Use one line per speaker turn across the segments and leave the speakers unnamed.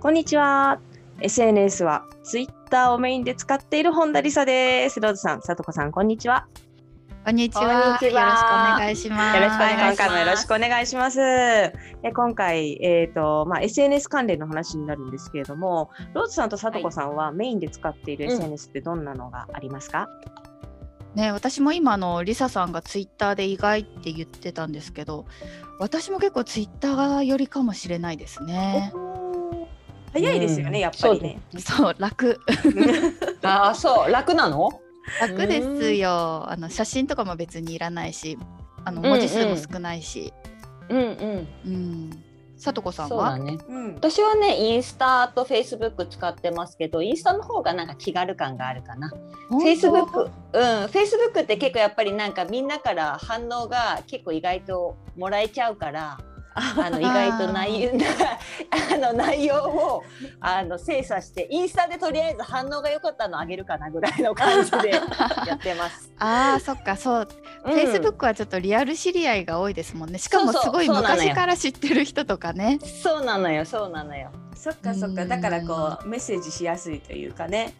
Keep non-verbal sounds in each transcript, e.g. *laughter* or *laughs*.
こんにちは。SNS は Twitter をメインで使っている本田理沙です。ローズさん、さとこさん、こんにちは。
こんにち
こんにちは
いしま
よろしくお願い
お願いし
今
ます
回もよろしくお願いします。え今回、えーとまあ、SNS 関連の話になるんですけれども、ローズさんとさとこさんはメインで使っている
うん
SNS ってどんなのがありますか、
ね、私も今あのリサさんがツイッターで意外って言ってたんですけど私も結構ツイッターよりかもしれないですね。
早いですよね、
うん
やっぱりね。
そう
*laughs*
楽
ああそう楽なの
楽ですよあの写真とかも別にいらないしあの文字数も少ないし、
うんうん
うん、さとこさん
そうだ
は
ね
うん
私はねインスタとフェイスブック使ってますけどインスタの方がなんか気軽感があるかな
フ
フェイスブックうんフェイスブックって結構やっぱりなんかみんなから反応が結構意外ともらえちゃうからあの意外と内容 *laughs* あの内容をあの精査してインスタでとりあえず反応が良かったのあげるかなぐらいの感じでやって
*laughs*
ます。
あーそっかそう、
うん
フェイスブックはちょっとリアル知り合いが多いですもんねしかも
そうそう
すごい
そうなのよ
昔から知ってる人とかね
そうなのよそうなのよ。
そっかそっか、だからこう、メッセージしやすいというかね、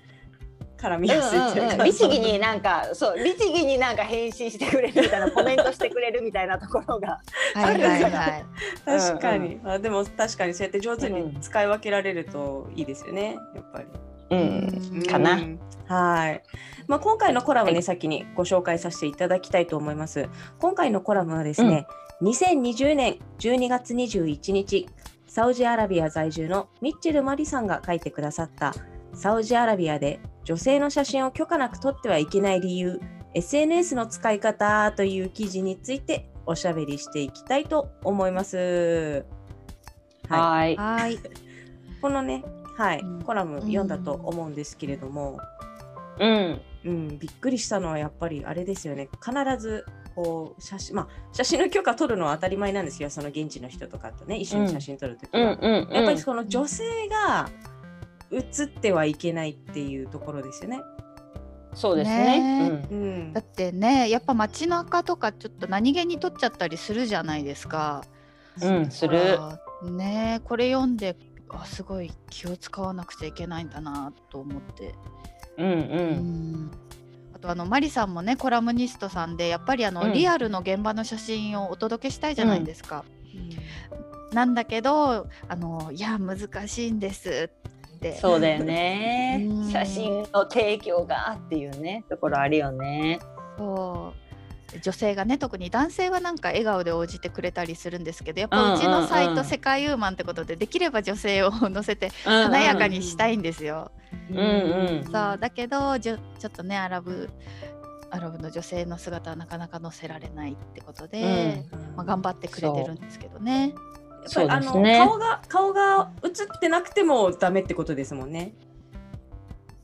絡みやすいというか。
律儀になんかそう律儀になんか返信してくれるみたいなコメントしてくれるみたいなところが
はいはいはい
確か
う
に、あでも確かにそうやって上手に使い分けられるといいですよね、やっぱり。
う
うん
かな
うんはい。まあ今回のコラムね、先にご紹介させていただきたいと思います。今回のコラムはですね、2020年12月21日、サウジアラビア在住のミッチェル・マリさんが書いてくださったサウジアラビアで女性の写真を許可なく撮ってはいけない理由、SNS の使い方という記事についておしゃべりしていきたいと思います。はい。
はい
はい
このね、はい、
うん
コラム読んだと思うんですけれども、
うん
うん、びっくりしたのはやっぱりあれですよね必ずこう写真まあ写真の許可取るのは当たり前なんですけどその現地の人とかとね一緒に写真撮るときは、
うん
やっぱりその女性が写ってはいけないっていうところですよね。
そう
ですね
うん
うん
だってねやっぱ街中とかちょっと何気に撮っちゃったりするじゃないですか。
うんする
あーねこれ読んであすごい気を使わなくちゃいけないんだなと思って。
うん
う
うん
あとあのマリさんもねコラムニストさんでやっぱりあの、
うん
リアルの現場の写真をお届けしたいじゃないですか。なんだけどあのいや難しいんですって。
そうだよね
うん
写真の提供がっていうねところあるよね
そう女性がね特に男性はなんか笑顔で応じてくれたりするんですけどやっ
うんうん
ぱ
うん
うちのサイト「世界ウーマン」ってことでできれば女性を載せて
華
華やかにしたいんですよ。
うんうん
そうだけどじょちょっとねアラブアラブの女性の姿はなかなか載せられないってことで、まあ、頑張ってくれてるんですけどね。
やっぱりあの、
そうですね
顔が顔が写ってなくてもダメってことですもんね。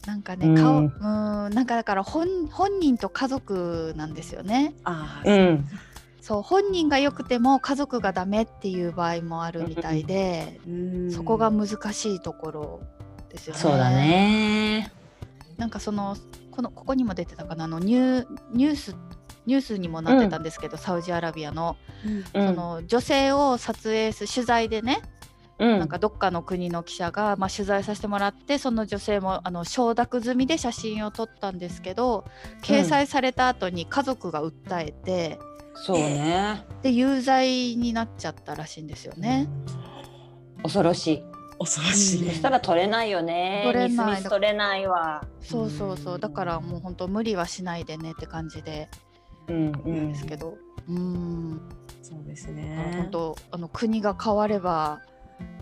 なんか
うん
ね顔うーんなんかだから本本人と家族なんですよね。
あ
う
ー
ん
そう本人が良くても家族がダメっていう場合もあるみたいで。
うん
そこが難しいところですよね。
そうだ。ね
なんかそのこのここにも出てたかなあのニューニュースニュースにもなってたんですけど、サウジアラビアの,、
うん
うん
その女性を撮影す取材でね、
うん
なんかどっかの国の記者が、まあ、取材させてもらってその女性もあの承諾済みで写真を撮ったんですけど掲載された後に家族が訴えて、
そうね
で有罪になっちゃったらしいんですよね。
恐ろしい
恐ろしい。
そしたら取れないよね
取れ
ミス
ない
ミス取れないわ
そうそうそうだからもう本当無理はしないでねって感じで
うん
な
う
ん
ん
ですけど、うん、
そうです
あの
ね
本。当あの国が変われば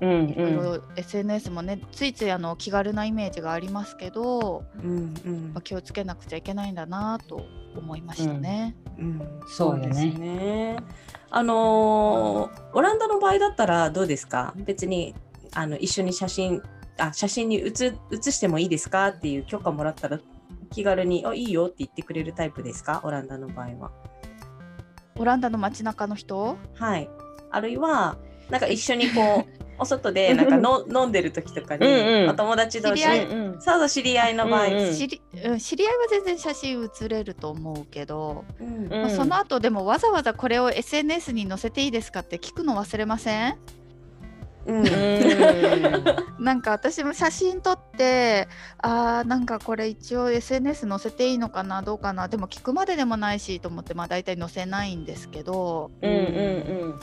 うん
いろいろ SNS もねついついあの気軽なイメージがありますけど、
うんうん
まあ、気をつけなくちゃいけないんだなと思いましたね。
うん
そうよね
ですね。あのーオランダの場合だったらどうですか別にあの一緒に写真あ写真に写写してもいいですかっていう許可もらったら気軽にあいいよって言ってくれるタイプですかオランダの場合は。
オランダの街中の人
はい、あるいはなんか一緒に
*laughs*
こうお外でなんかの飲んでる時とかに
うんうん
お友達同士
知り合い
でそうそう知り合いの場合、
うんうん
知りうん知り合いは全然写真写れると思うけど、
うん
うん
まあその後でもわざわざこれを SNS に載せていいですかって聞くの忘れません
うん
なんか私も写真撮ってあーなんかこれ一応 SNS 載せていいのかなどうかなでも聞くまででもないしと思ってまあ大体載せないんですけど
うんうんうん。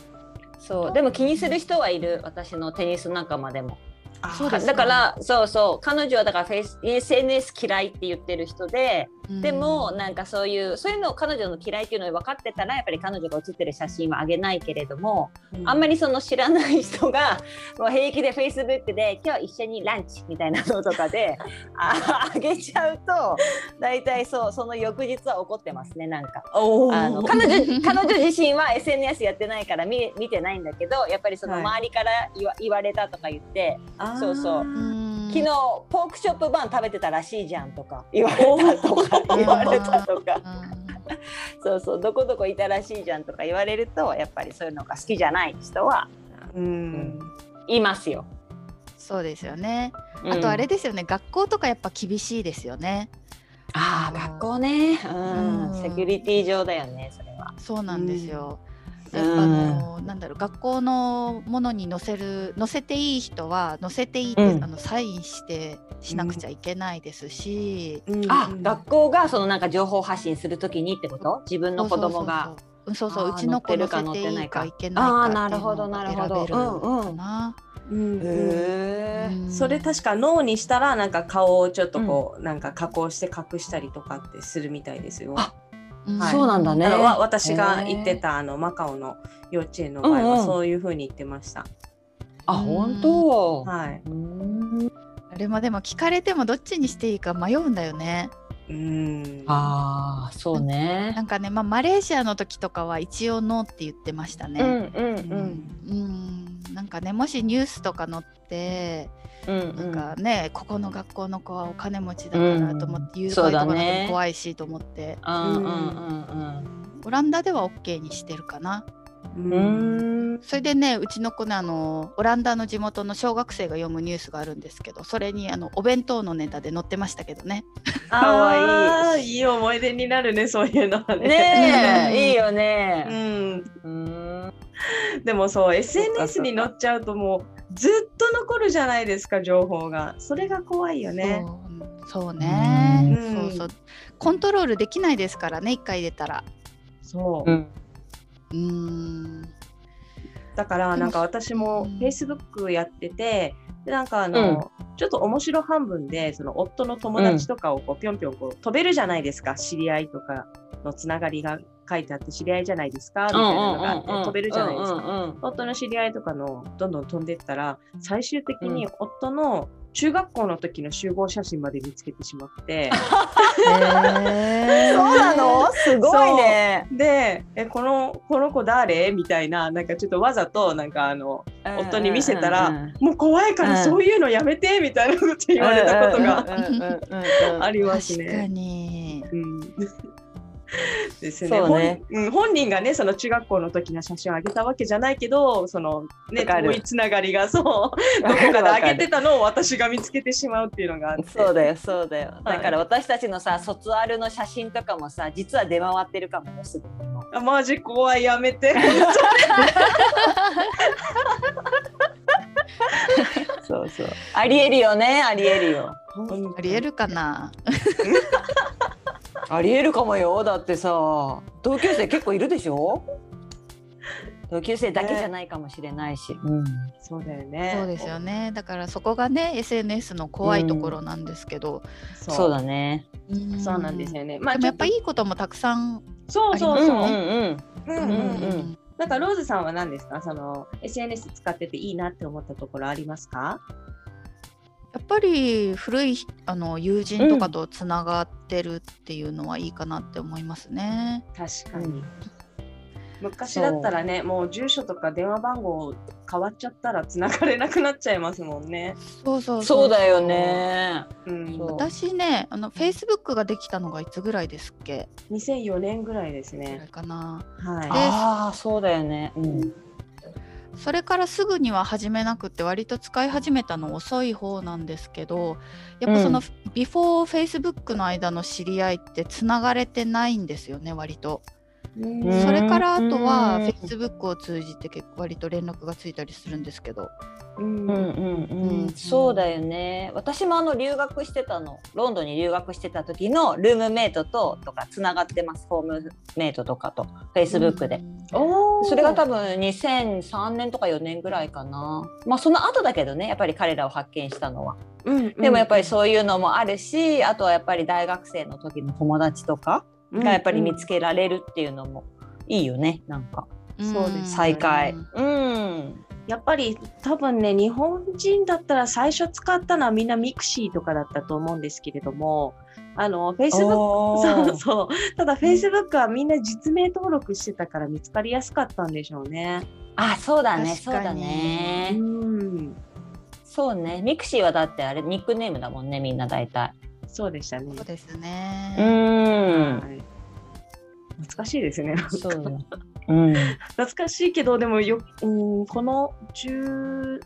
そうでも気にする人はいる私のテニス仲間でも。
あ
そうです
だからそうそう彼女はだからフェイス SNS 嫌いって言ってる人で、でもなんかそういうそういうのを彼女の嫌いっていうのを分かってたらやっぱり彼女が写ってる写真はあげないけれども、あんま
り
りその知らない人がもう平気で Facebook で今日一緒にランチみたいなのと
*laughs*
かでああげちゃうと大体そうその翌日は怒ってますねなんか。
お
あの
ー
彼女彼女自身は SNS やってないから見見てないんだけどやっぱりその
はい
周りから言わ,、言われたとか言って
あー
そうそう「
昨
昨日ポークショップバン食べてたらしいじゃん」とか言われたとか言われたとかそうそう「どこどこいたらしいじゃん」とか言われるとやっぱりそういうのが好きじゃない人は
うん
いますよ。
そうですよねあとあれ
うん
ですよね、学校とかやっぱ厳しいですよね
あー学校ね、うん
うん
セキュリティ上だよねそれは。
そうなんですよ、
うん
やっぱあのなんだろう学校のものに載せる載せていい人は載せていいって、
うん
あのサインしてしなくちゃいけないですし、
うん
あ学校がそのなんか情報発信するときにってこと自分の子供が。
うんそうそう
あ
う
ー
ちの子
乗
乗
ってる
せ
か
ていいか
乗
い
っ
けないか
あーなるほど
っていうのを
なるほど
選べるかな、
うん
へー
うん
それ確か脳にしたらなんか顔をちょっとこう、なんか加工して隠したりとかってするみたいですよ。
あ
うん
はい
そうなんだね
あのわ
へー
私が行ってたあのマカオの幼稚園の場合
うんう
は
ん
そういう風に言ってました。
あ本当。
はい。
うん
あれもでも聞かれてもどっちにしていいか迷うんだよね
うん。
ああそうね
な。んかねまあマレーシアの時とかは一応ノーって言ってましたね、
うん
うんなんかねもしニュースとか載って、
うん
なんかねここの学校の子はお金持ちだからと思って、
うん
誘拐とか
そうだ
なんか
ね
も怖いしと思って、
うんうんうん
オランダでは OK にしてるかな
う。
うんん。うん
それでねうちの子ねあのオランダの地元の小学生が読むニュースがあるんですけどそれにあのお弁当のネタで載ってましたけどね
可愛い
あーいい思い出になるねそういうのはね。
ねえいいよ
う
ね。
ん。
うん
でもそう
そ
SNS
うか
に載っちゃうともうずっと残るじゃないですか情報が。それが怖いよね。
そうそうね、
うん
そうそうコントロールできないですからね一回出たら
そう。
うん
うん
だから
でも
なんか私も
うん
Facebook やっててでなんかあの、ちょっと面白半分でその夫の友達とかをこうぴょんぴょんこう飛べるじゃないですか知り合いとかのつながりが書いてあって知り合いじゃないですかみたいなのがあって飛べるじゃないです
うんう
か。
んうん
夫の知り合いとかのどんどん飛んでったら最終的に夫の中学校の時の集合写真まで見つけてしま
*laughs*
って。
そうなのすごいね。
でえこのこの子誰みたいななんかちょっとわざとなんかあの夫に見せたら
うんうんうん
もう怖いか
うん
らそういうのやめてみたいなこと言われたことが
うんうんうんうん
あります
確か
ね。
に
うん、 *laughs* ですね
そうね
本うん本人がねその中学校の時の写真をあげたわけじゃないけどそのね
わかる
遠いつながりがそうどこかであげてたのを私が見つけてしまうっていうのがあって
そうだよそうだよ、
はい
だから私たちのさ卒アルの写真とかもさ実は出回ってるかもねすぐにも
あマジ怖いやめて
そうそうありえるよねありえるよ
ありえるかな
ありえるかもよだってさ同級生結構いるでし *laughs* ょ同級生だけじゃないかもしれないし、うん
そうだよね
そうですよねだからそこがね SNS の怖いところなんですけど、
そ
そうだね
うん
そうなんですよねまあ
でもやっぱ
ち
い
ょ
いこともたくさん
とそうそうそう
うんうん
う
うんん
う
うんん
なんかローズさんは何ですかその SNS 使ってていいなって思ったところありますか
やっぱり古いあの友人とかとつながってるっていうのはいいかなって思いますね。
確かに、昔だったらねもう住所とか電話番号変わっちゃったら繋がれなくなっちゃいますもんね。
そうそう
そうだよ。ね。
うん、
そう
私ねあの Facebook ができたのがいつぐらいですっけ
2004年ぐらいです
ぐらい
ね。
かな。
はい、
ああ、そうだよね。うん。
それからすぐには始めなくて割と使い始めたの遅い方なんですけどやっぱその、
う
ビフォーフェイスブックの間の知り合いってつながれてないんですよね割と、
ん
それからあとは
うん
フェイスブックを通じて結構割と連絡がついたりするんですけど
うん
うんうんうん、
うん
そうだよね私もあの留学してたのロンドンに留学してた時のルームメイトととかつながってますホームメイトとかとフェイスブックで、
おー
それが多分2003年とか4年ぐらいかなまあその後だけどねやっぱり彼らを発見したのは
うんうん
でもやっぱりそういうのもあるしあとはやっぱり大学生の時の友達とかがやっぱり見つけられるっていうのもいいよねなんか
そうです
再会
うん
うん
やっぱり多分ね日本人だったら最初使ったのはみんなミクシーとかだったと思うんですけれどもあのフェイスブック
おー
そうそうただフェイスブックはみんな実名登録してたから見つかりやすかったんでしょうね。
あそうだね
確
そう
かに
だね
うん
そうね、ミクシーはだってあれニックネームだもんね、みんな大体。
そうでしたね
そう。です
う
ね、
ん。
はい懐かしいですね。 *laughs*
そうよ。うん。
懐かしいけどでもよ、うん、この10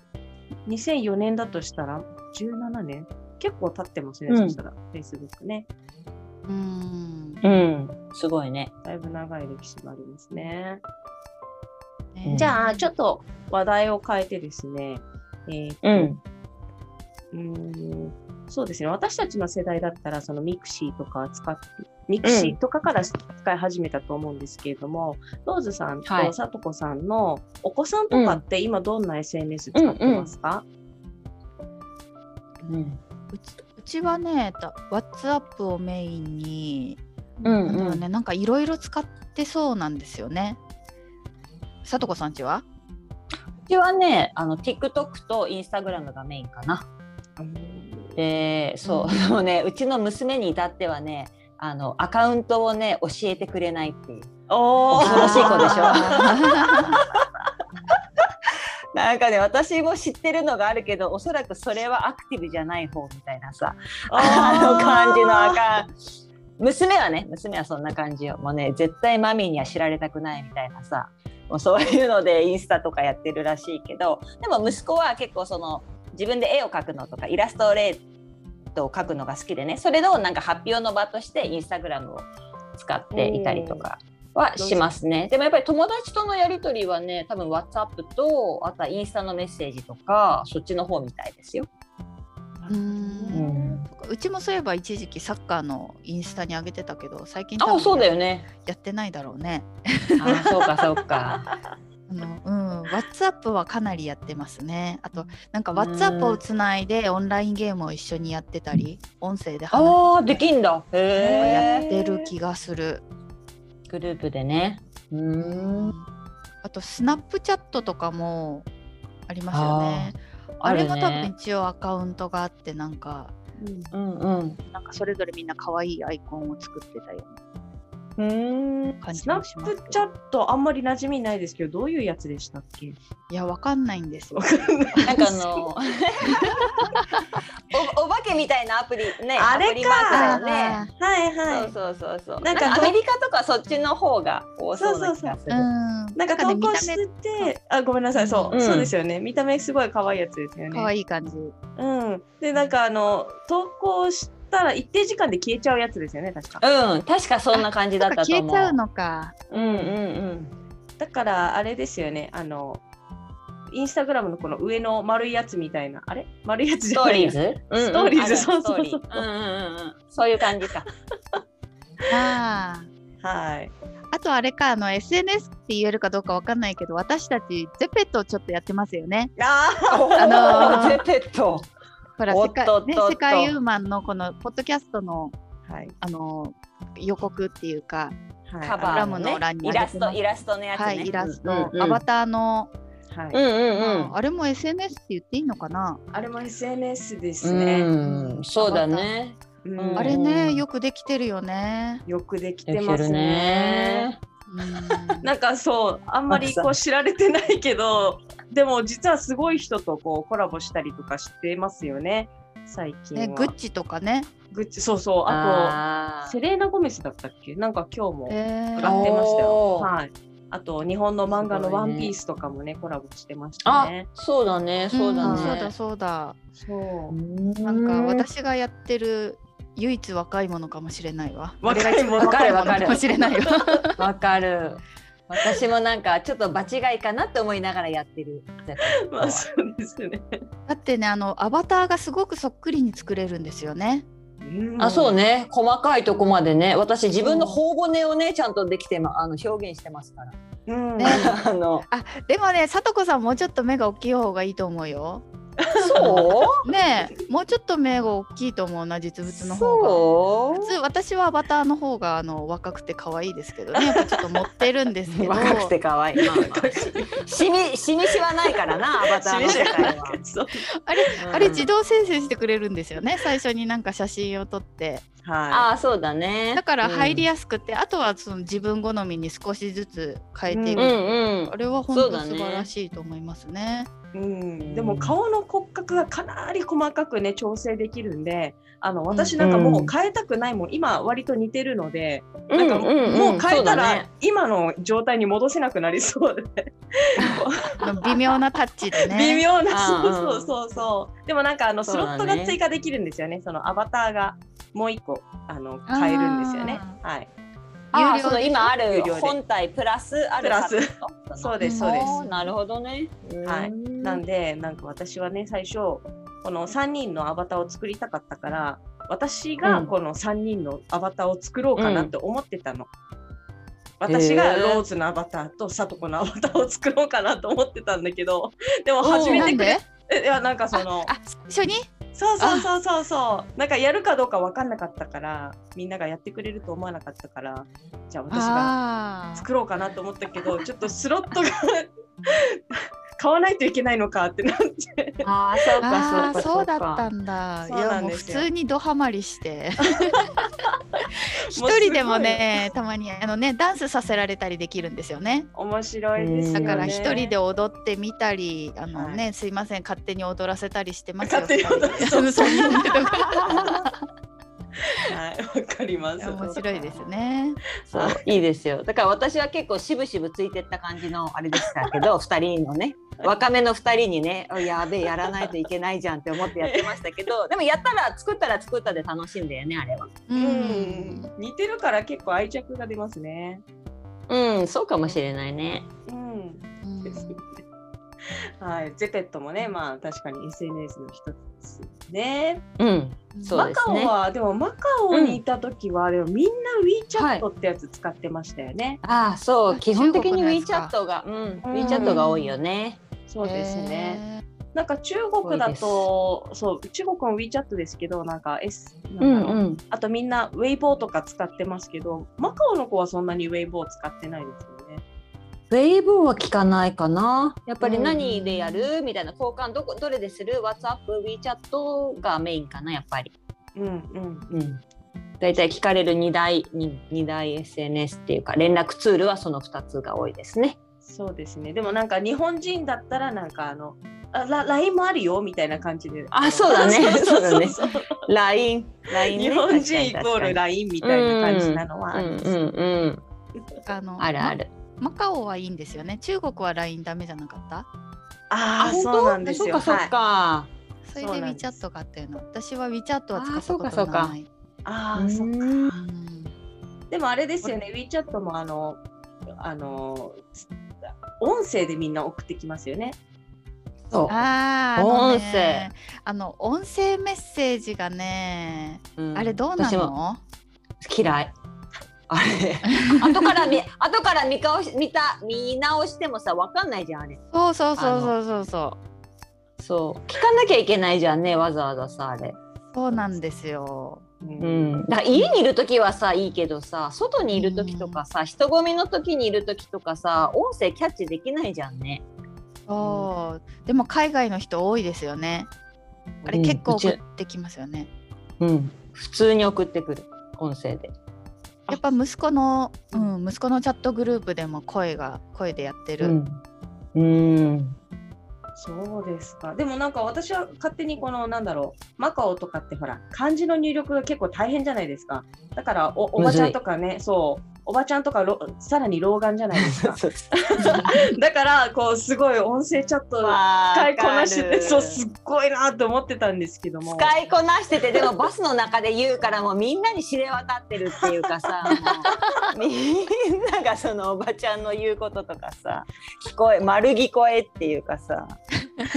2004年だとしたら17年結構経ってますね、
うん
そしたら Facebook ね
うん
うん。すごいね。
だいぶ長い歴史がありますね、
ね
じゃあちょっと話題を変えてですね、えー
うん。
うーんそうですね私たちの世代だったらそのミクシーとか使ってミクシーとかから使い始めたと思うんですけれども、ローズさんと
はい
さとこさんのお子さんとかって今どんな SNS 使ってますか、
うん。
うちうちはねだ WhatsApp をメインに
うん
なんだろ
う。
うんね、なんかいろいろ使ってそうなんですよね。さとこさんちは
うちはね、あの TikTok と Instagram がメインかな。で、そう、
うん
でもね、うちの娘に至ってはね、あのアカウントをね教えてくれないっていう
お
恐ろしい子でしょ
ょ。
*laughs* なんかね私も知ってるのがあるけどおそらくそれはアクティブじゃない方みたいなさあの感じのあかん。娘はね、娘はそんな感じよ。もうね、絶対マミーには知られたくないみたいなさ、もうそういうのでインスタとかやってるらしいけど、でも息子は結構その自分で絵を描くのとかイラストレートを描くのが好きでね、それのなんか発表の場としてインスタグラムを使っていたりとかはしますね。でもやっぱり友達とのやりとりはね、多分 WhatsApp と、あとはインスタのメッセージとか、そっちの方みたいですよ。
*laughs* う
うんん、
うちもそういえば一時期サッカーのインスタに上げてたけど最近多
あ、そうだ
分
よね。
やってないだろうね。
あ、そうかそうか。
あのうん、WhatsApp はかなりやってますね。あとなんか WhatsApp をつないでオンラインゲームを一緒にやってたり音声で話
*laughs* ああ、できんだ。
や
へ
っ
え。
てる気がする。
グループでね。うーん。
あとスナップチャットとかもありますよね。あ
ある
れ
ね
も多分一応アカウントがあってなんか
うんうん。
なんかそれぞれみんな可愛いアイコンを作ってたよう
うん
な感じ
スナ
もし
ッ
ます
プ
け
チャ
ど。
ットあんまり馴染みないですけどどういうやつでしたっけ
いやわかんないんですよ。
なんかあの *laughs* おお化けみたいなアプリね。
あれか
アプリマークだよ
あ
ね。
はい
そうそうそうそう。
な
なんん
か
かアメリカとかそっちの方が多そうな気がする。
ーうん。
なんか投
ね見
稿
た
し
目
てあごめんなさいそう、
うん
そうですよね見た目すごい可愛いやつですよね
可愛い感じ。
うん、でなんかあの投稿したら一定時間で消えちゃうやつですよね確か。
うん、確かそんな感じだ
なんか
ったと
消え
思
ちゃう
う。
の *laughs* か。
うんうんうん。
だからあれですよねあのインスタグラムのこの上の丸いやつみたいなあれ丸いやつ
ス
じ
ト
ゃ
ー
ない
リ
や
ーズ。
ストーリーズ
ある
そうそうそう
ストーリーうんうんうんうん。そういう感じか。
ああ。
はい
あとあれかあの SNS って言えるかどうかわかんないけど私たちゼペットをちょっとやってますよね。
*laughs* あ
あの
*laughs*
ー
ゼペット。
ほら
お
世
っ
界
とっとっと
ね世界ユーマンのこのポッドキャストの
はい
あの予告っていうか
はい
カ
コ
バー
ラ
の
ム
ね
の欄に
イ
あげ
ラ
て
ス
ま
ト
す
イラストのやつね、
はい、イラスト、
うんうん
アバターの、
は
う
い、
う
んうんうん
ん、あれも SNS って言っていいのかな、
あれも SNS ですね。
うん、そうだね。
うん
うん
あれねよくできてるよね。
よくでき
で
て
き
ま
て
す
る
ね。
ね。 *laughs*
なんかそうあんまりこう知られてないけどでも実はすごい人とこうコラボしたりとかしてますよね最近は、
ねグッチとかね。
グッチそうそうあと
あ
セレーナ・ゴメスだったっけなんか今日も
え
上
ー、
がってましたよ、
おー
はい、あと日本の漫画の「
すご
ワ
いね
ンピースとかもねコラボしてまし
あ
たね
そうだね、そうだ
ん
ね。
そうだそうだ。
そう
なんか私がやってる唯一若いものかもしれないわ。
若いもの
わ
わかるわ
か
か
る
る
かもしれないわ。
わかる。私もなんかちょっと場違いかなって思いながらやってる。
まあそうですね
だってねあのアバターがすごくそっくりに作れるんですよね。
うん
あ、そうね。細かいとこまでね。私自分の頬骨をね、ちゃんとできてま、あの表現してますから。
うん
ね
*laughs* あの、
あでもねさとこさんもうちょっと目が大きい方がいいと思うよ。
そう？
ねえもうちょっと目が大きいと思うな実物の方が。
そ
普通私はアバターの方があの若くて可愛いですけど
*laughs*
ねやっぱちょっと持ってるんですけ
う？
ど
若くて可愛い。まあ *laughs* まあしみしみしはないからな、アバターの世界は。
そう
あれ
うん
あれ自動生成してくれるんですよね最初になんか写真を撮って
*laughs* は
あー、そうだね。
だから入り
や
やすくて、あとはその自分好みに少しずつ変えていく、
うんうん。
あれは本
そう
当
だね
素晴らしいと思いますね。
い、うん、でも顔の骨格がかなり細かくね調整できるんであの私なんかもう変えたくないもん、今割と似てるので、なんかもう,、もう変えたら今の状態に戻せなくなりそうで
あの微妙なタッチ
*laughs*
でね。
微妙な、
あ
そう
ー
そうそうそうでもなんかあの
そ
ス
う
ロ
だ
ッ
ね
トが追加できるんですよねそのアバターがもう一個あの変えるんですよねはい
あ
有料
ーその今ある
有料で
本体プラスある
プラス
サブってこと
そうですそうです
あーなるほどね
はい
い
なんでなんか私はね最初この3人のアバターを作りたかったから私が
うん
この3人のアバターを作ろうかなって思ってたの。私が
へー
ローズのアバターとさとこのアバターを作ろうかなと思ってたんだけどでも始め
な
て
ん
くれ
で
えいやなんかその
あ一緒に
そうそうそうそうそうなんかやるかどうか分かんなかったからみんながやってくれると思わなかったからじゃあ私が
あー
作ろうかなと思ったけどちょっとスロットが *laughs* 買わないといけないのかってなって
あーそう
あ
か
ー
そ
そ
うか
うだっ
か
たんだ
そう
いや
なん
もう
で
普
すよ
通にドハマりして
*laughs*
一
もうすごい
人でもねたまにあのねダンスさせられたりできるんですよね
面白いですよね
だから一人で
は
踊ってみたり、あのね、すいません、勝手に踊らせたりしてますよ。
勝手に踊らせ
二人で *laughs* そういうのと
*laughs*
か
いわかります
面白いですね。
そういいですよだから私は結構しぶしぶついてった感じのあれでした
*laughs*
けど二人のね若めの二人にねあやべえやらないといけないじゃんって思ってやってましたけどでもやったら作ったら作ったで楽しいんだよねあれは
う
う
ん
ん。
似てるから結構愛着が出ますね
うんそうかもしれないね
うん
うん
ですよね。はい、ゼペットもね、まあ確かに SNS の一つですね。
うんそう
マ
で
カ
す
オ
ね
はでもマカオにいた時は、でもみんな
は
WeChat ってやつ使ってましたよね。
ああそう
あ
基本的に
中国のやつか
WeChat がうん
うん
WeChat が多いよね
そうですね。
へ
なんか中国だとそう中国も WeChat ですけどなんか S なんだろう、
ん
あとみんな Weibo とか使ってますけど、マカオの子はそんなに Weibo 使ってないですよね。
ウェイブは聞かないかな。やっぱり
うん
何でやる、みたいな交換どこどれでする ?WhatsApp、WeChat がメインかなやっぱり。
うんうん。
うん。だいたい聞かれる二大に二大 SNS っていうか連絡ツールはその二つが多いですね。
そうですね。でもなんか日本人だったらなんかあのあラ LINE もあるよみたいな感じで。
あそうだね *laughs* そうだね
そうそう
LINE、LINE ね
日本人イコール
確か
LINE みたいな感じなのはあ
に
り
確
ます
かにうんうんうん。
ーあの
あるあ。る。
まマカオはいいんですよね。中国は LINE ダメじゃなかった
ああ
本当
そうなんです
そ
よ。
っかそ
は
っ
い
か。
それ
そう
で
なんです
WeChat があったような。私は WeChat は使
あー
った
そう
こ
か
とがない。
あ
う
あ
ん
そっか。
うん
でもあれですよね。WeChat もあのあの音声でみんな送ってきますよね。
そう。
あーあのね
音
あの音声メッセージがね
うん
あれどうな
私も
の
嫌い。あれ
*laughs*
後から見後から見顔し見た見直してもさ分かんないじゃんあれ
そうそうそうそうそうそう
そう聞かなきゃいけないじゃんねわざわざさあれ
そうなんですよ
うん、だから家にいる時はさいいけどさ外にいる時とかさ人混みの時にいる時とかさ音声キャッチできないじゃんね。
そうでも海外の人多いですよね。あれ
うん
結構
うち
送ってきますよね。
うん、普通に送ってくる音声で。
やっぱ息子の、うん、息子のチャットグループでも声が声でやってる。
うん
*laughs*
うん
そうですか。でもなんか私は勝手にこのなんだろう、マカオとかってほら、漢字の入力が結構大変じゃないですか。だからおおばちゃんとかね、そう、おばちゃんとかろさらに老眼じゃないです
*laughs*
か。だからこうすごい音声チャット使いこなしてて、そうすっごいなと思ってたんですけども。
使いこなしててでもバスの中で言うからもうみんなに知れ渡ってるっていうかさもうみんながそのおばちゃんの言うこととかさ聞こえ丸聞こえっていうかさ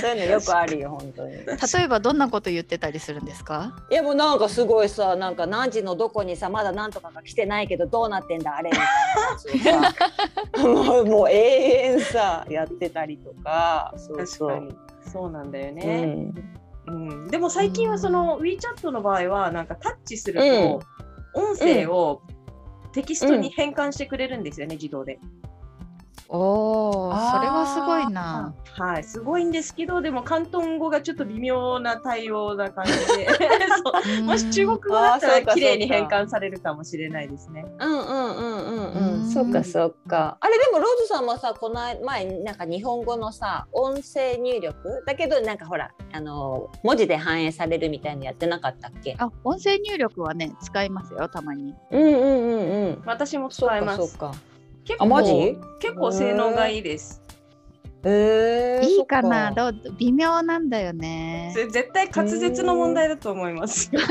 そういうのよくあるよ本当に。
例えばどんなこと言ってたりするんですか？
いやもうなんかすごいさなんか何時のどこにさまだ何とかが来てないけどどうなってんだあれみたいなやつ *laughs* をさもうもう永遠さやってたりとかそう
確
そう
かに。そうなんだよ
う
ね、
ん
うんでも最近はその WeChat の場合はなんかタッチすると音声をテキストに変換してくれるんですよね、自動で。
おお、それ
あー
はすごいな。
はい、すごいんですけど、でも広東語がちょっと微妙な対応な感じ
*laughs*
で、そう
うん
もし中国語だった
あーそうから
綺麗に変換されるかもしれないですね。
うんうんうんうんう。
うんん
そうかそうか。あれでもローズさんもさこの前なんか日本語のさ音声入力だけどなんかほらあの文字で反映されるみたいのやってなかったっけ？
あ、音声入力はね使いますよたまに。
うんうんうんうん。
私も
そう
使い
か
ま
そう
す。
か。
結
あマジ
構？結構性能がいいです。
えー
いいかな
そっ
どう微妙なんだよね。
ぜ絶対滑舌の問題だと思います。
てれ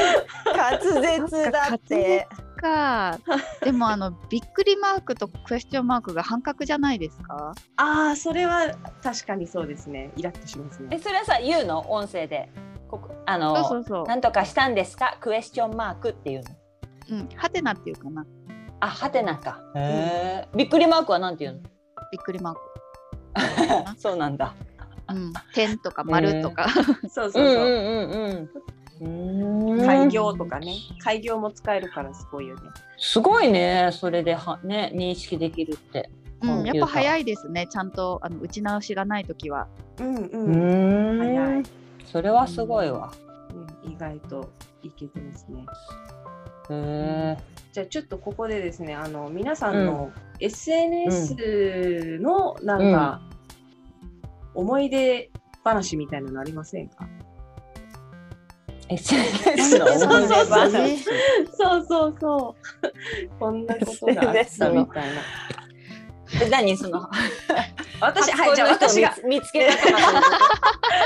ー滑舌だって。
かでもあのびっくりマークとクエスチョンマークが半角じゃないですか？
ああ、それは確かにそうですね。イラッとします
え
ね。
それはさ言うの音声で。ここあの
そうそうそう。
なんとかしたんですか？クエスチョンマークっていうの。
うん、ハテナっていうかな。
あはてなか。へえ。びっくりマークはなんて言うの？
びっくり *laughs* マーク。
そうなんだ。
うん、点とか丸とか。
そうそう
う
そう。
んうんうんうん。
開業とかね、開業も使えるからすごいよね。
すごいね、それではね認識できるって。
うん、やっぱ早いですね。ちゃんとあの打ち直しがないときは。
うんうん。うん、
ん
早い。
それはすごいわ。
意外といけてますね。
へ
じゃあちょっとここでですねあの皆さんの SNS のなんか思い出話みたいなのありませんか、
え。SNS の
そうそうそうそうそうそ
思い出話
う *laughs* こんなことがあったみたいな
え何その
*laughs* 私
初
はいじゃあ
恋の人を
私が
見つ見つけたから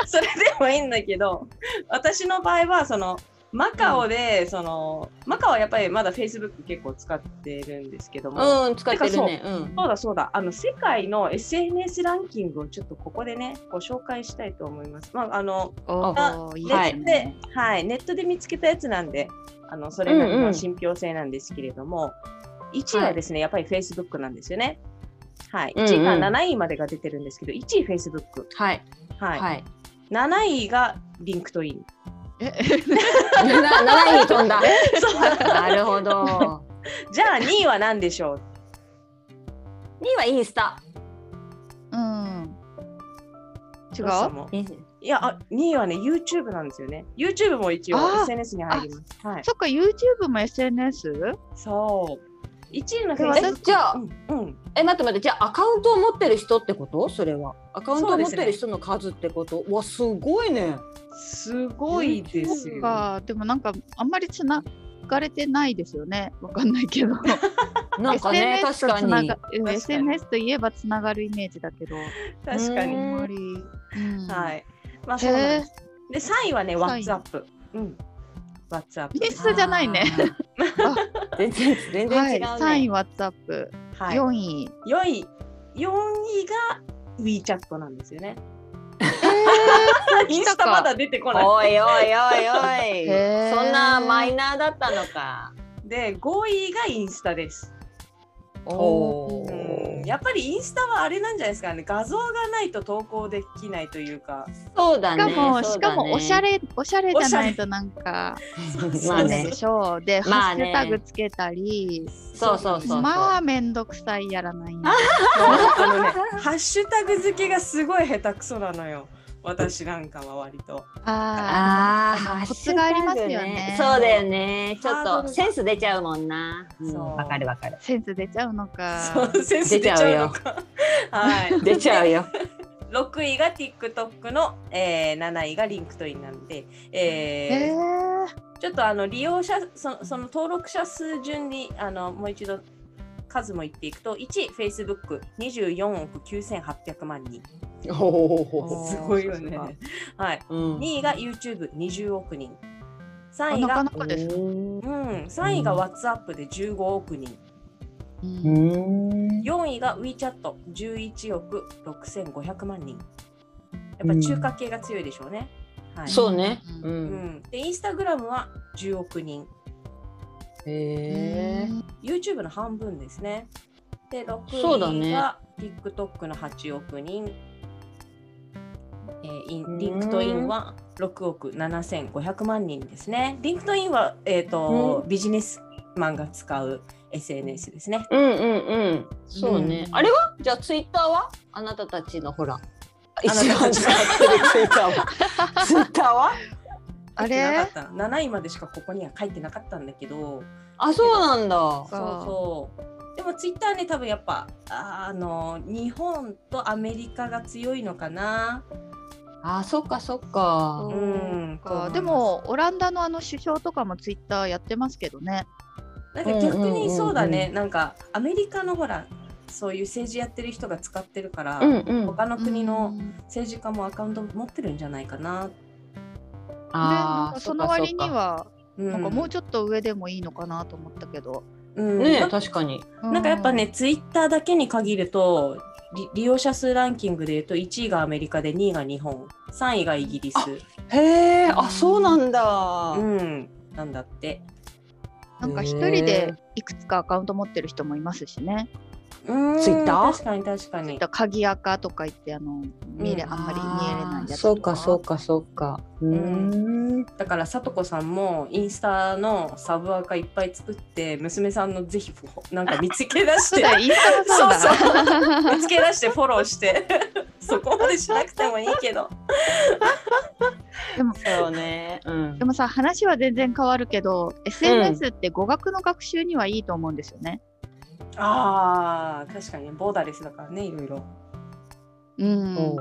そう
それ
いうこと *laughs*
でもいいんだけど私の場合はそのマカオで、そのマカオはやっぱりまだ Facebook 結構使ってるんですけども、
うん使ってるね。うん。
そうだそうだ、あの世界の SNS ランキングをちょっとここでね、ご紹介したいと思います。まあ、あの
おお、いい
ネ
で
ッ
す
ト
ね
で。、はい、ネットで見つけたやつなんで、あのそれなり
うんう
の
ん
信憑性なんですけれども、1位はですね、やっぱり Facebook なんですよね。はい、
うんうん
1位から7位までが出てるんですけど、1位 Facebook、
はい
はい
はい。
7位が LinkedIn。
*laughs* え、
な七位飛んだ。
そう
なるほど。
じゃあ2位は何でしょう
二位はインスタ。
うん。違う。
ロッサもいやあ、2位はね、YouTube なんですよね。YouTube も一
あ
応
ー
SNS に入ります。はい
そっか、YouTube も SNS?
そう。一位のフ
で
ェイスブッ
え
ク
じゃあ
うん、うん、
え待って待ってじゃあアカウントを持ってる人ってことそれはアカウント
そ
を
うで
持っ
すね
てる人の数ってことうわすごいね
すごいです
そっ
よ。
か、でもなんかあんまりつながれてないですよね。わかんないけど。
*laughs* なんか
*laughs*
ね
SNS
確
と
か
つな
に
がう
確
ん
かに
SNS といえばつながるイメージだけど。
確かに。
あ
うん
んまり。うん
はい。まあ、
へ
そうなん
え
です。で、三位はね、
三位
WhatsApp。うん。WhatsApp
イ
で
ン
す
ス。タじゃないねあ
全然全然違うね、
はい、3位 WhatsApp、
はい。
4位。
四位。四位が WeChat なんですよね。インスタまだ出てこない。
おいおいおいお
へ
い
ー
そんなマイナーだったのか
で、五位がインスタです。
お
うんやっぱりインスタはあれなんじゃないですかね画像がないと投稿できないという *laughs* か
そうだ
し
ね
かも、
そ
し
うだ
か
ね
もおしゃれおしゃれじゃないとなんか
まあね
でしょうで、
ま
ハッ
あ
シ
ね
ュタグつけたり
そうそうそうそう
まあめんどくさいやらない
あのねハッシュタグ付けがすごい下手くそなのよ私なんかは割と
あ
あ
あの
あ、
コツがありますよね
そうだよね。ちょっ
ハードルが
とセンス出ちゃうもんな。
そう
うんわかるわかる
ー。センス出ちゃうの
そ
か
うセンス出ちゃうのか *laughs* はい
出ちゃう
*laughs*
よ。
6位が TikTok の、えー7位がリンクトインなんで、え
え
ー
ー、
ちょっとあの利用者そその登録者数順にあのもう一度数も言っていくと1 Facebook24 億9800万人
おー
すごいよね
さ
はい
うん
2位が YouTube20 億人3位
な
が
かなかです、
うん
うん、3位が WhatsApp で15億人
うん
4位が WeChat11 億6500万人やっぱ中華系が強いでしょうね、はい
そうね。う。
うんん、でインスタグラムは10億人
へえ。
YouTube の半分ですね。で、
そうだ
6位
ね
が TikTok の8億人。えー、イン
うーん
LinkedIn は6億7500万人ですね。LinkedIn は、えーとビジネスマンが使う SNS ですね。
うんうんうん。そうね
う。ん
あれはじゃあツイッターはあなたたちのほら。
なたたち
一番使ってるツイッターは。 *laughs* ツイッターは
入
あ
ってな
れ
かったの ?7 位までしかここには書いてなかったんだけど、
あ、そうなんだ。
そう
か
そう。でもツイッターね多分やっぱあーあの日本とアメリカが強いのかな。
あ、そっかそっか。
うん
そうかでもオランダのあの首相とかもツイッターやってますけどね。
なんか逆
うんうんうんう
に
ん
そうだね、なんかアメリカのほらそういう政治やってる人が使ってるから、
うんうん。
他の国の
うん
政治家もアカウント持ってるんじゃないかな。
なん
あ
か
あ、
その割には
うん
なんかもうちょっと上でもいいのかなと思ったけど、
うん
ね
な
え確かに。
なんかやっぱねツイッターだけに限るとり利用者数ランキングでいうと1位がアメリカで2位が日本3位がイギリス
へえ、あ、そうなんだ。
うんなんだって。
なんか一人でいくつかアカウント持ってる人もいますしね。
うん
ツイッター
確かに確かに。
鍵垢とか言ってあの見れ、
うん
あんまり見えれないやつとか。
そうかそうかそうかうーん
だからさとこさんもインスタのサブアカいっぱい作って娘さんのぜひフォなんか見つけ出し
そう
て
だよインスタもそう
*laughs*
だ。
そうそう見つけ出してフォローしてそこまでしなくてもいいけど
そうねうん
でもさ話は全然変わるけど SNS って語学の学習にはいいと思うんですよね。
あー確かにボーダーレスだからねいろいろ
うん
おう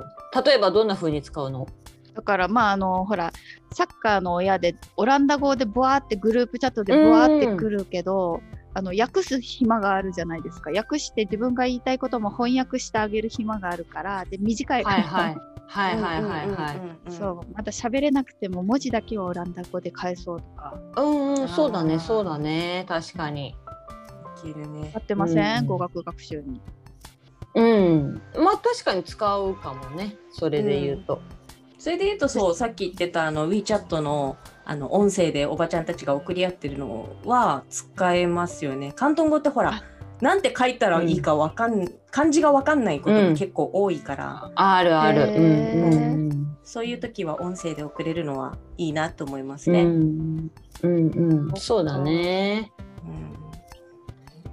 例えばどんな風に使うの
だからまああのほらサッカーの親でオランダ語でボワーってグループチャットでボワーってくるけど、あの訳す暇があるじゃないですか訳して自分が言いたいことも翻訳してあげる暇があるからで短い、
はいはいはいはいはいは
い
*laughs*
い
そうまた喋れなくても文字だけはオランダ語で返そうとか
うんう
あ
ん
ー
そうだねそうだね確かに
いけるね
やってません、
うん
語学学習に。
うんまあ確かに使うかもねそれで言うと
それで言うとそうさっき言ってたあの WeChat のあの音声でおばちゃんたちが送り合ってるのは使えますよね広東語ってほら
あ
なんて書いたらいいかわかん、漢字がわかんないことが結構多いから、
あるある
へ
う
ー
んうん
そういう時は音声で送れるのはいいなと思います
うんう
ね。
んうんうんそうだね
うん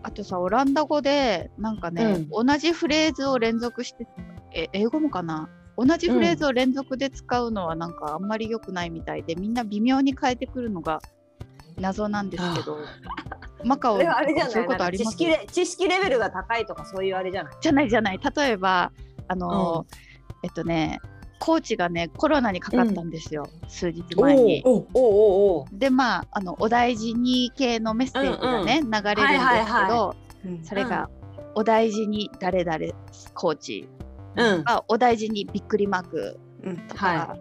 あとさオランダ語でなんかね、同じフレーズを連続してえ英語もかな同じフレーズを連続で使うのはなんかあんまり良くないみたいでみんな微妙に変えてくるのが謎なんですけどマカオ
それはあれじゃ
そうい
な
うこ
いなん
とあ
か
り
知
ます
識レ知識レベルが高いとかそういうあれじゃない
じゃないじゃない例えばあの、えっとねコーチがねコロナにかかったんですよ、数日前に。
おうおうおうおう
でまああのお大事に系のメッセージがね、流れるんですけど、
はいはいは
うん
それが、お大事に誰々コーチ
うん
あお大事にびっくりマーク
うん
とか、
は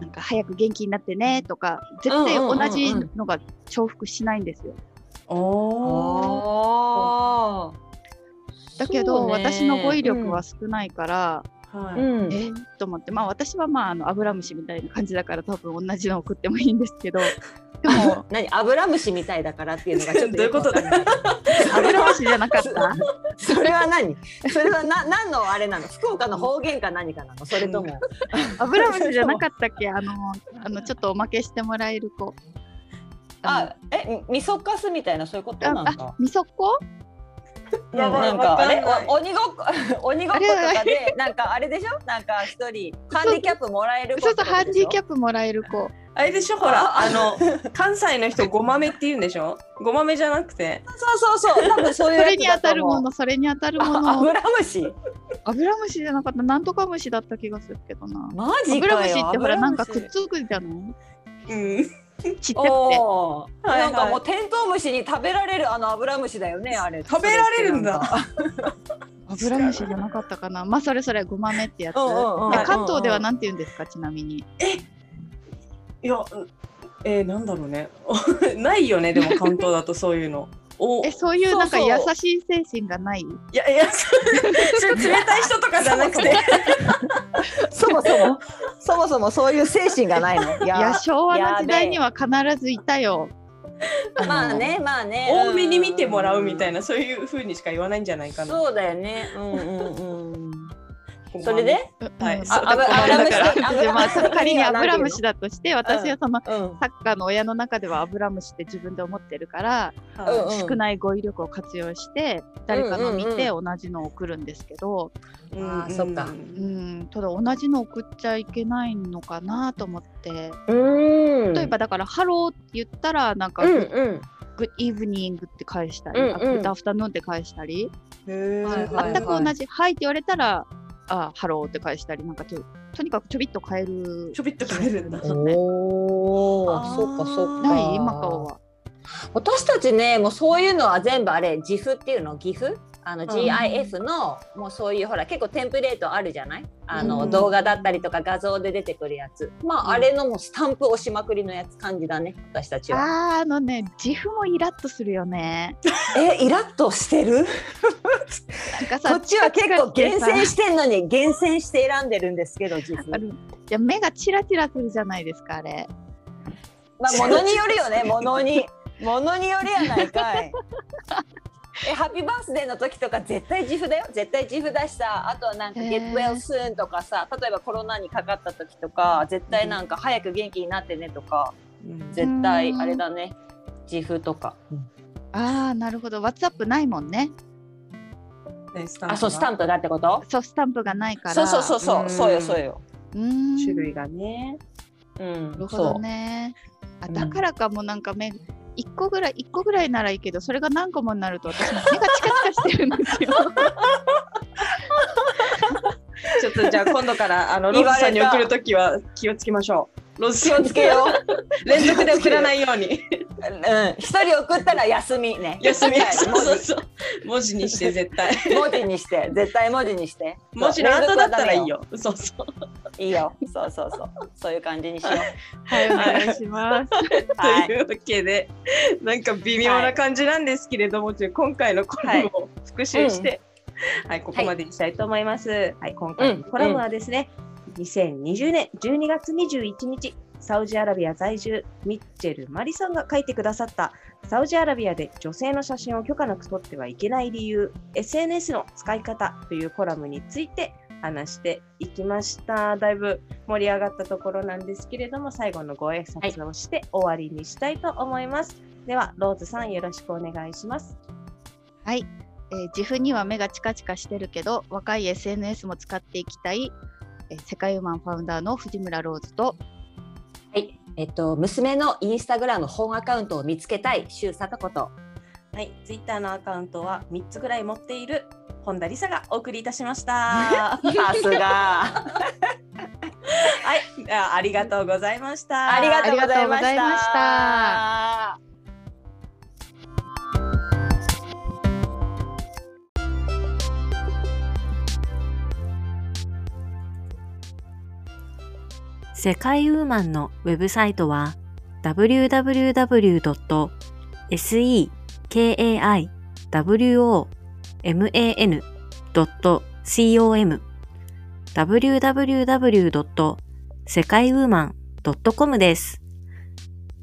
なんか早く元気になってねとか絶対
うんうんうん
同
うん
じのが重複しないんですよ。
おー
あー
だけど、私の語彙力は
そ
少ないから、
は
う
い、
ねうん
えっと思ってまあ私はまああのアブラムシみたいな感じだから多分同じの送ってもいいんですけどでも
何アブラムシみたいだからっていうのがちょっとよくわかんな *laughs*
アブラムシじゃなかった。
それは何それはな何のあれなの福岡の方言か何かなのそれとも
アブラムシじゃなかったっけあのあのちょっとおまけしてもらえる子。
あえみそかすみたいなそういうこと
あ
なのか
あみそっこ
うんなんかあれお
お
鬼ごっこ *laughs* 鬼ごっことかでなんかあれでしょなんか一人ハンディキャップもらえる子
そう
って
そう
こと
ハンディキャ
ッ
ップもらえる子。
あれでしょほらあの関西の人ごまめって言うんでしょごまめじゃなくて
プそうそうそう多分そう
そ
いうやつ
れに当たるもの
だ
それに当たる
と
も
思 *laughs* うあアブ
の。
ラムシ
アブラムシじゃなかったなんとか虫だった気がするけどな。
マ
ア
ジ
ブラ
か
ムシ
よ
ってほらなんか
ア
く
ブラ
っ
ムシ
つくじゃない
うん
ちっちゃくて。
おー
はいは
ないんかもうテントウムシに食べられるあのアブラムシだよねあれ
食べられるんだ
アブラムシじゃなかったかな。まあそれそれごまめってやつ。
うんうんうん
で関東ではなんて言うんですかちなみに。
いやえー、なんだろうね *laughs* ないよねでも関東だとそういうのお
えそういうなんか
そう
優
そう
しい精神がない。
いやい *laughs* やそそれ冷たい人とかじゃなくて
*laughs* そもそも *laughs* そもそもそういう精神がない
*laughs*
のい
い
や
や昭和の時代
やべえ
には必ずいたよ。
まあねまあね
多めに見てもらうみたい
な
なそういう風にしか言わないんじゃないかな
そうだよねうんうんうん
ごま
そ
め
れで
はい
うん
あ
そうだ
あ
ごまめだから
アブラムシ
でまあ
アブ *laughs* ラ
仮にアブラ
なん
ム
ていう
シだとして私はその
うん
サッカーの親の中ではアブラムシって自分で思ってるから、
はい
うん
少ない語彙力を活用して誰かの見て同じのを送るんですけ
う
ど、
ん
あーそっか
うんただ同じの送っちゃいけないのかなと思って
うん
例えばだから「ハロー」って言ったらなんか
うん
グ
うん
「グッイブニング」って返したり
うんうん
「グッドアフタヌーン」って返したり
へー
はいはい
全く同じ「はい」って言われたら「あハロー」って返したりなんかととにかくちょびっと変える
ちょびっと変えるんだ
そうね
お
あー
おそうかそうか
ない今顔は。
私たちねもうそういうのは全部あれ GIF っていうの GIF あの GIF の、もうそういうほら結構テンプレートあるじゃないあの、
うん
動画だったりとか画像で出てくるやつまあ、あれのもうスタンプ押しまくりのやつ感じだね私たちは
あーあのね自負もイラッとするよね。
えイラッとしてる
なんかさ
こっちは結構厳
近く
選
でさ
してんのに厳選して選んでるんですけど GIF
あのいや目がチラチラするじゃないですかあれ。
まあ、ものによるよね、ものに。ものによるやないかい。え、ハッピーバースデーの時とか、絶対自負だよ。絶対自負だしさ、あとはなんか、
へー
get well soon とかさ、例えばコロナにかかった時とか、絶対なんか、早く元気になってねとか、
うん
絶対あれだね。自負とか。
ああなるほど WhatsApp ないもんね。
ねスタンプが
あ、そう、スタンプだってこと
そうスタンプがないから。
そうそうそうそうう、
ん
そうよ、そうよ。
うーん。
種類がね
うん、
なるほ
そ
ど
う。
ね。あ
うん
だからかもなんか目一個ぐらい一個ぐらいならいいけどそれが何個もになると私も目がチカチカしてるんですよ。
*laughs*
ちょっとじゃあ今度からあのロ
言わ
ズさ
れた
んに送るときは気をつけましょう。ロズ
気をつけよう。
う。連続で送らないように。
うん、一人送ったら休みね。
休み。
はい
そうそうそう。文字にして絶対。
文字にして、絶対文字にして。
*laughs* 文字の
そう
後だったらいい。 *laughs* よ。そうそう。
いいよ。そうそうそう。 *laughs* そういう感じにしよう。
はいお願いします。
*laughs*
は
と
い。
いうわけで、なんか微妙な感じなんですけれども、ちょっと今回のコラムを復習して、はい、ここまでにしたいと思います。はい、今回のコラムはですね、2020年12月21日、サウジアラビア在住、ミッチェル・マリさんが書いてくださった、サウジアラビアで女性の写真を許可なく撮ってはいけない理由、SNS の使い方というコラムについて話していきました。だいぶ盛り上がったところなんですけれども、最後のご挨拶をして終わりにしたいと思います。では、ローズさんよろしくお願いします。
はい、えー、自負には目がチカチカしてるけど若い SNS も使っていきたい、えー、世界ウーマンファウンダーの藤村ローズと
はい。えっと、娘のインスタグラム本アカウントを見つけたい、周佐とこと。
はい、ツイッターのアカウントは3つぐらい持っている本田理沙がお送りいたしました。
さすが。
はい、あありがとうございました。
*laughs* ありがとうございま
ありがとうございま
し
したた。
世界ウーマンのウェブサイトは www.sekaiwoman.com www.sekaiwoman.com です。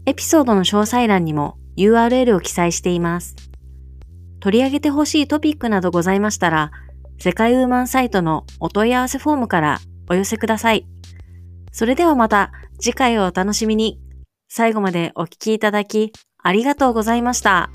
エピソードの詳細欄にも URL を記載しています。取り上げてほしいトピックなどございましたら、世界ウーマンサイトのお問い合わせフォームからお寄せください。それではまた次回をお楽しみに。最後までお聞きいただきありがとうございました。